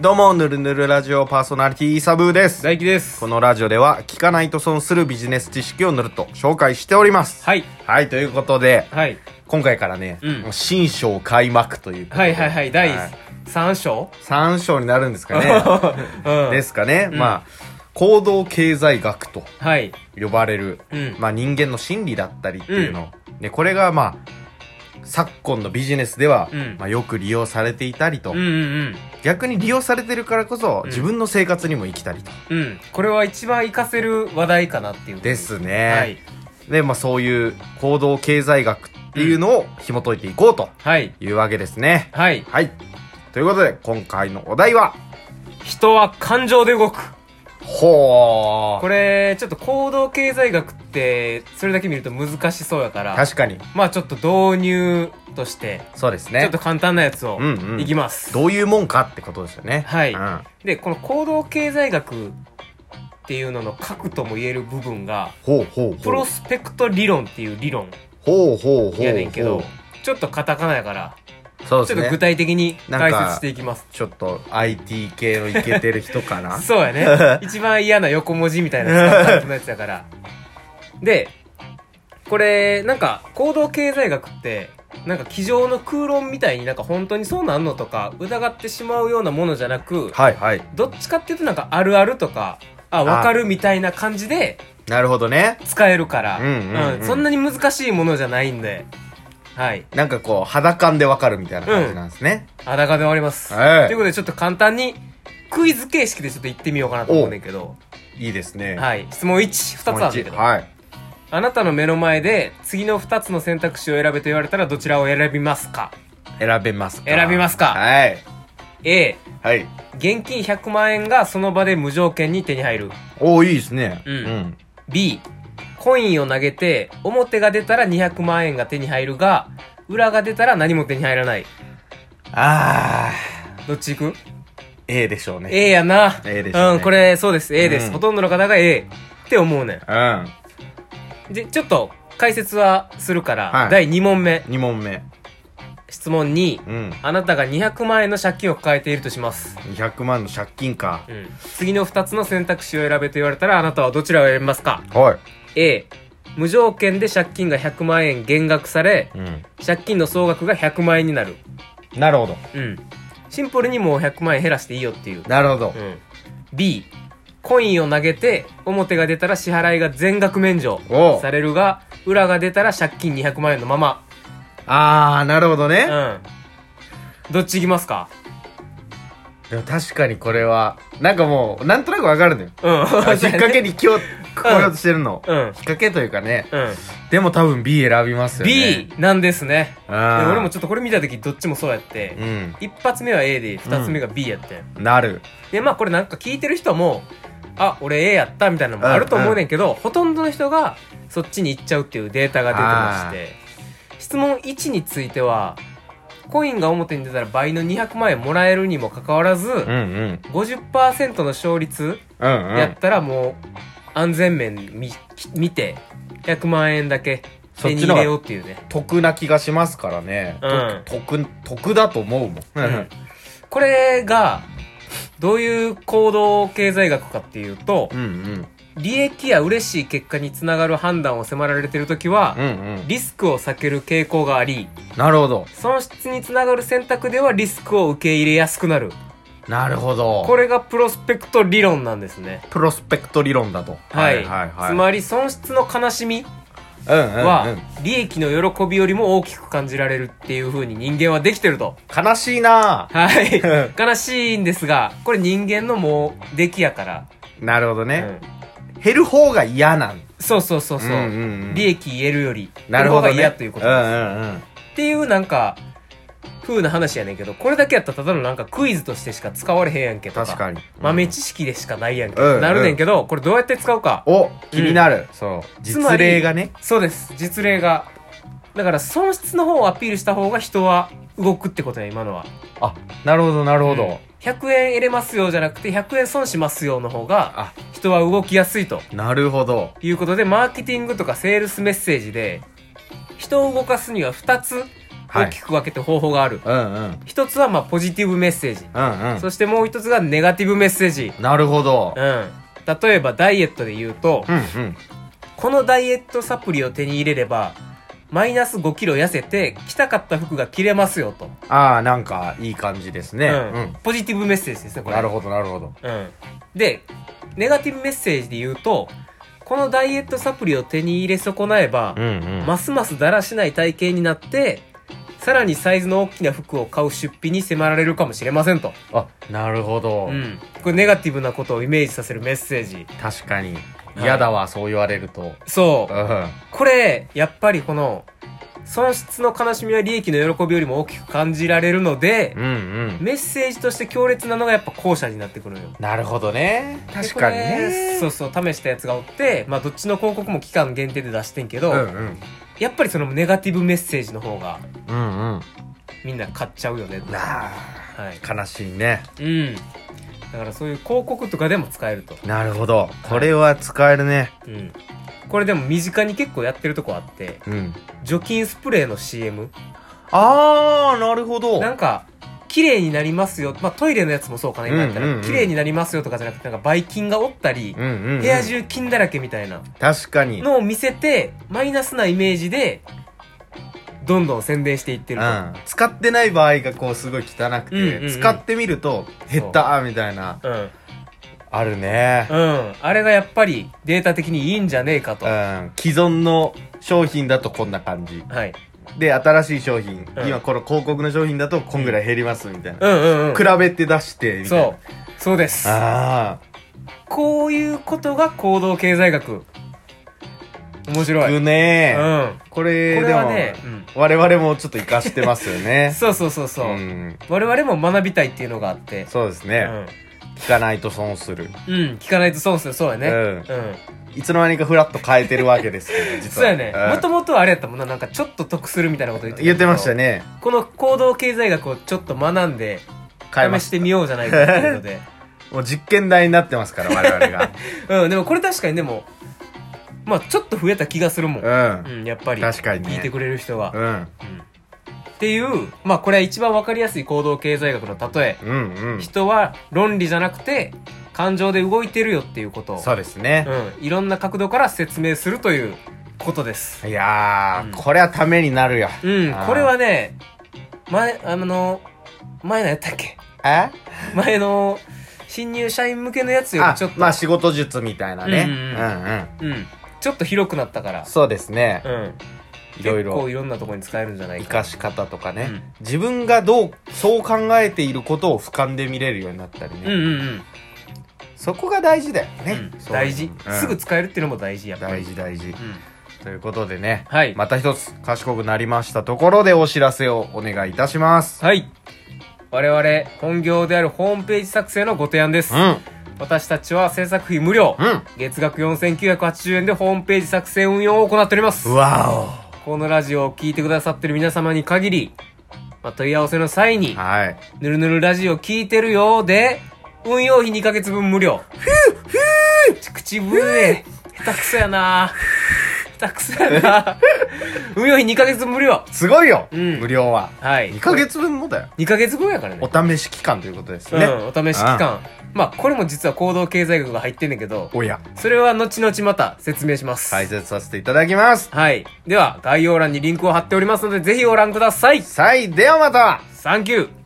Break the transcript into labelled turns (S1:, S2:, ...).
S1: どうも、ぬるぬるラジオパーソナリティイサブーです。
S2: 大輝です
S1: このラジオでは、聞かないと損するビジネス知識をぬるっと紹介しております。
S2: はい
S1: はい、ということで、
S2: はい
S1: 今回からね、
S2: うん
S1: 新章開幕ということで
S2: はいはいはい第3章
S1: 3章になるんですかね。
S2: うん
S1: ですかね。まあ、行動経済学と
S2: はい
S1: 呼ばれる、
S2: うん
S1: まあ人間の心理だったりっていうの。ね、これがまあ、昨今のビジネスでは、
S2: うん
S1: まあ、よく利用されていたりと、
S2: うんうん
S1: 逆に利用されてるからこそ、
S2: ん
S1: 自分の生活にも生きたりと。
S2: うんうんこれは一番活かせる話題かなっていう
S1: です
S2: は
S1: ね
S2: い。
S1: で、まあそういう行動経済学っていうのを紐解いていこうと
S2: はい
S1: いうわけですね。
S2: はい
S1: はい。ということで、今回のお題は、
S2: 人は感情で動く
S1: ほ
S2: こ
S1: ー。
S2: れちょっと行動経済学ってそれだけ見ると難しそうやから
S1: 確かに、
S2: まあちょっと導入として
S1: そうです
S2: ちょっ
S1: ね
S2: と。簡単なやつを
S1: うんうん
S2: いきます
S1: どういうもんかってことですよね。
S2: はい
S1: うん。
S2: でこの行動経済学っていうのの核とも言える部分が
S1: ほうほうほう。
S2: プロスペクト理論っていう理論
S1: ほうほうほう。
S2: やねんけど、ちょっとカタカナやから、
S1: そうで
S2: ちょっ
S1: す
S2: と具
S1: ね。
S2: 体的に
S1: なん
S2: 解
S1: か
S2: 説していきます。
S1: ちょっと IT 系のイケてる人かな。
S2: そう やね。一番嫌な横文字みたいな使うタイプのやつだから。で、これ、なんか、行動経済学って、なんか、机上の空論みたいになんか本当にそうなんのとか、疑ってしまうようなものじゃなく、
S1: はいはい。
S2: どっちかっていうとなんか、あるあるとか、あ、わかるみたいな感じで
S1: なるほどね。
S2: 使えるから、
S1: うんうんうん
S2: そんなに難しいものじゃないんで、はい。
S1: なんかこう、肌感でわかるみたいな感じなんですね。
S2: 裸で終わります。
S1: はい
S2: ということで、ちょっと簡単に、クイズ形式でちょっと行ってみようかなと思うねんだけど、
S1: いいですね。い。
S2: はい。質問1、2つあるんだけど、
S1: はい。
S2: あなたの目の前で、次の2つの選択肢を選べと言われたら、どちらを選びますか
S1: 選べますか
S2: 選びますか
S1: はい。
S2: ?A、
S1: はい。
S2: 現金100万円がその場で無条件に手に入る。
S1: おおいいですね。
S2: うん B、コインを投げて、表が出たら200万円が手に入るが、裏が出たら何も手に入らない。
S1: ああ、
S2: どっち行く
S1: A でしょうね。
S2: ?A やな。
S1: A でしょうね
S2: うん、これ、そうです。A です。
S1: うん
S2: ほとんどの方が A って思うねん。
S1: うん。
S2: で、ちょっと解説はするから、
S1: はい
S2: 第2問目、
S1: 2問目。
S2: 質問2、
S1: うん。
S2: あなたが200万円の借金を抱えているとします。
S1: 200万の借金か。
S2: うん次の2つの選択肢を選べと言われたら、あなたはどちらを選びますか
S1: は
S2: ?A、無条件で借金が100万円減額され、
S1: い。うん。
S2: 借金の総額が100万円になる。
S1: なるほど。
S2: うん。シンプルにもう100万円減らしていいよっていう。
S1: なるほど
S2: う。ん。B、コインを投げて、表が出たら支払いが全額免除
S1: おう
S2: されるが、裏が出たら借金200万円のまま。
S1: ああ、なるほどね。
S2: うん。どっち行きますか
S1: でも確かにこれは、なんかもう、なんとなくわかるの よ。
S2: うん。引
S1: あ
S2: っ
S1: 引っ掛けに今日、来ようとしてるの。
S2: うん
S1: 引っ掛けというかね。
S2: うん。
S1: でも多分 B 選びますよね。
S2: B なんですね。
S1: うん。
S2: で俺も
S1: 俺
S2: ちょっとこれ見た時どっちもそうやって
S1: う、ん。
S2: 一発目は A で、二つ目が B やってん。
S1: なる。
S2: で、まあこれなんか聞いてる人も、あ、俺 A やったみたいなのもあると思うねんけど、ほとんどの人がそっちに行っちゃうっていうデータが出てまして、質問1については、コインが表に出たら倍の200万円もらえるにもかかわらず、
S1: うんうん。
S2: 50%の勝率
S1: うんう
S2: やっ
S1: ん。
S2: たらもう安全面見見て100万円だけ手に入れようっていうね、
S1: 得な気がしますからね。
S2: うん
S1: 得、得だと思うもん。
S2: うんこれがどういう行動経済学かっていうと
S1: うんうん。
S2: 利益や嬉しい結果につながる判断を迫られてる時は
S1: うんうん。
S2: リスクを避ける傾向があり
S1: なるほど。
S2: 損失につながる選択ではリスクを受け入れやすくなる
S1: なるほど。
S2: こ
S1: れ、
S2: れがプロスペクト理論なんですね
S1: プロスペクト理論だと。
S2: はい、
S1: はいはい。
S2: つまり損失の悲しみ
S1: うんうんうん
S2: は利益の喜びよりも大きく感じられるっていう風に人間はできてると。
S1: 悲しいな
S2: はい悲しいんですが、これ人間のもう出来やから。
S1: なるほど
S2: う
S1: ね
S2: ん。
S1: 減る方が嫌なん。
S2: そうそうそうそう。
S1: うんうんうん
S2: 利益言えるより、
S1: なるほど
S2: この方
S1: ね。
S2: が嫌ということ
S1: う
S2: で
S1: ん
S2: す。
S1: うんうん。
S2: っていうなんか、風な話やねんけど、これだけやったらただのなんかクイズとしてしか使われへんやんけとか。
S1: 確かに。
S2: 豆知識でしかないやんけ、
S1: うん
S2: なるねんけど、これどうやって使うか。
S1: お、気になる。そう。
S2: つま
S1: 実
S2: り
S1: 例がね。
S2: そうです。実例が。だから損失の方をアピールした方が人は動くってことや、今のは。
S1: あ、なるほど、なるほ
S2: うん
S1: ど。
S2: 100円入れますよじゃなくて100円損しますよの方が
S1: あ、
S2: 人は動きやすいと
S1: なるほど。
S2: いうことでマーケティングとかセールスメッセージで人を動かすには2つ
S1: はい
S2: 大きく分けて方法がある。
S1: うんうん。
S2: 一つはまあポジティブメッセージ。
S1: うんうん。
S2: そしてもう一つがネガティブメッセージ。
S1: なるほど
S2: う。ん。例えばダイエットで言うと、
S1: うんうん。
S2: このダイエットサプリを手に入れれば、マイナス5キロ痩せて、着たかった服が着れますよと。
S1: ああ、なんか、いい感じですね。
S2: うん
S1: う
S2: ポジティブメッセージですね、
S1: ん。
S2: これ。
S1: なるほど、なるほど。
S2: うん。で、ネガティブメッセージで言うと、このダイエットサプリを手に入れ損なえば
S1: うん、うん。
S2: ますますだらしない体型になって、さらにサイズの大きな服を買う出費に迫られるかもしれませんと。
S1: あ、なるほど。
S2: うん。これネガティブなことをイメージさせるメッセージ。
S1: 確かに。
S2: い
S1: 嫌だわ、そう言われると。
S2: そうう。
S1: ん。
S2: これ、やっぱりこの、損失の悲しみは利益の喜びよりも大きく感じられるので
S1: う、んうん。
S2: メッセージとして強烈なのがやっぱ後者になってくるのよ。
S1: なるほどね。確かに
S2: でこれ
S1: ね。
S2: そうそう、試したやつがおって、まあどっちの広告も期間限定で出してんけど、
S1: うんうん。
S2: やっぱりそのネガティブメッセージの方が
S1: うんうん。
S2: みんな買っちゃうよねと。は
S1: なあ、
S2: い。
S1: 悲しいね。
S2: うん。だからそういう広告とかでも使えると。
S1: なるほど。これは使えるね。
S2: うん。これでも身近に結構やってるとこあって、
S1: うん。
S2: 除菌スプレーの CM。
S1: ああ、なるほど。
S2: なんか、綺麗になりますよ。まあトイレのやつもそうかな、今やった
S1: うんうんう
S2: ら。
S1: ん
S2: 綺麗になりますよとかじゃなくて、なんかばい菌がおったり
S1: う、んうん、うん。
S2: 部屋中菌だらけみたいな。
S1: 確かに。
S2: のを見せてマイナスなイメージでどんどん宣伝していって
S1: う
S2: ると、
S1: ん、使ってない場合がこうすごい汚くて、
S2: うんうんうん
S1: 使ってみると減ったーみたいな
S2: うん
S1: あるね、
S2: うんあれがやっぱりデータ的にいいんじゃねえかと、
S1: うん、既存の商品だとこんな感じ
S2: はい
S1: で新しい商品、
S2: うん
S1: 今この広告の商品だとこんぐらい減りますみたいな、
S2: うんうんうん
S1: 比べて出してみたいな
S2: そうそうです
S1: あ
S2: こういうことが行動経済学面
S1: あ
S2: 白い、
S1: く
S2: うん、こ
S1: ねー、
S2: れ
S1: これでも
S2: はね、うん
S1: 我々もちょっと活かしてますよね
S2: そうそう そうそう、
S1: ん、
S2: 我々も学びたいっていうのがあって
S1: そうですね、聞かないと損する
S2: うん、うん、聞かないと損するそうやね
S1: うん
S2: うん
S1: いつの間にかフラッと変えてるわけですけど 実
S2: そう
S1: は
S2: やねもともとあれやったもんななんかちょっと得するみたいなこと言って
S1: 言ってました
S2: ね
S1: ね
S2: この行動経済学をちょっと学んで
S1: 変えま
S2: 試
S1: し
S2: したてみようじゃないかっていうので
S1: もう実験台になってますから、我々
S2: うんでもこれ確かにでもまあちょっと増えた気がするもん、
S1: が。う。
S2: うんん、やっぱり
S1: 確かにね
S2: 聞いてくれる人は、
S1: うん。
S2: うんっていうまあこれは一番わかりやすい行動経済学の例え、
S1: うんうん。
S2: 人は論理じゃなくて感情で動いてるよっていうことを
S1: そうですね。
S2: うん、いろんな角度から説明するということです
S1: いや
S2: うん
S1: ー、これはためになるよ。
S2: うん
S1: あー
S2: これはね前あの前のやったっけ
S1: え
S2: 前の新入社員向けのやつより
S1: あ
S2: ちょっ、と、
S1: まあ仕事術みたいなね。う
S2: う
S1: んん
S2: うんうん
S1: うん。
S2: うん、ちょっと広くなったから、
S1: そうですね。
S2: うん、
S1: いろい
S2: 結構
S1: ろ。
S2: いろんなところに使えるんじゃない
S1: 生
S2: か
S1: かし方とか
S2: うん
S1: ね。自分がどう、そう考えていることを俯瞰で見れるようになったり
S2: うん
S1: ね。
S2: うんうん、
S1: そこが大事だよ
S2: う
S1: ね
S2: ん。
S1: そう
S2: 大事、
S1: うん
S2: すぐ使えるっていうのも大事やっぱり
S1: 大事大事
S2: う。ん
S1: ということでね。
S2: はい、
S1: また一つ賢くなりましたところでお知らせをお願いいたします。
S2: はい我々本業であるホームページ作成のご提案です、
S1: うん。
S2: 私たちは制作費無料、
S1: うん。
S2: 月額4980円でホームページ作成運用を行っております
S1: わ
S2: このラジオを聞いてくださってる皆様に限り、まあ、問い合わせの際に
S1: おはい。
S2: ぬるぬるラジオ聞いてるようで、運用費2ヶ月分無料。ふぅふぅ口笛。下手くそやな下手くそやな運用費2ヶ月分無料。
S1: すごいよ、
S2: うん
S1: 無料は。
S2: はい。
S1: 2ヶ月分もだよ。
S2: ?2 ヶ月分やから
S1: お
S2: ね。
S1: 試し期間ということです
S2: う
S1: ね。
S2: ん、お試し期間。まあ、これも実は行動経済学が入ってんだけど、
S1: おや、
S2: それは後々また説明します。
S1: 解説させていただきます。
S2: はい。では、概要欄にリンクを貼っておりますので、ぜひご覧ください。
S1: さい、ではまた
S2: サンキュー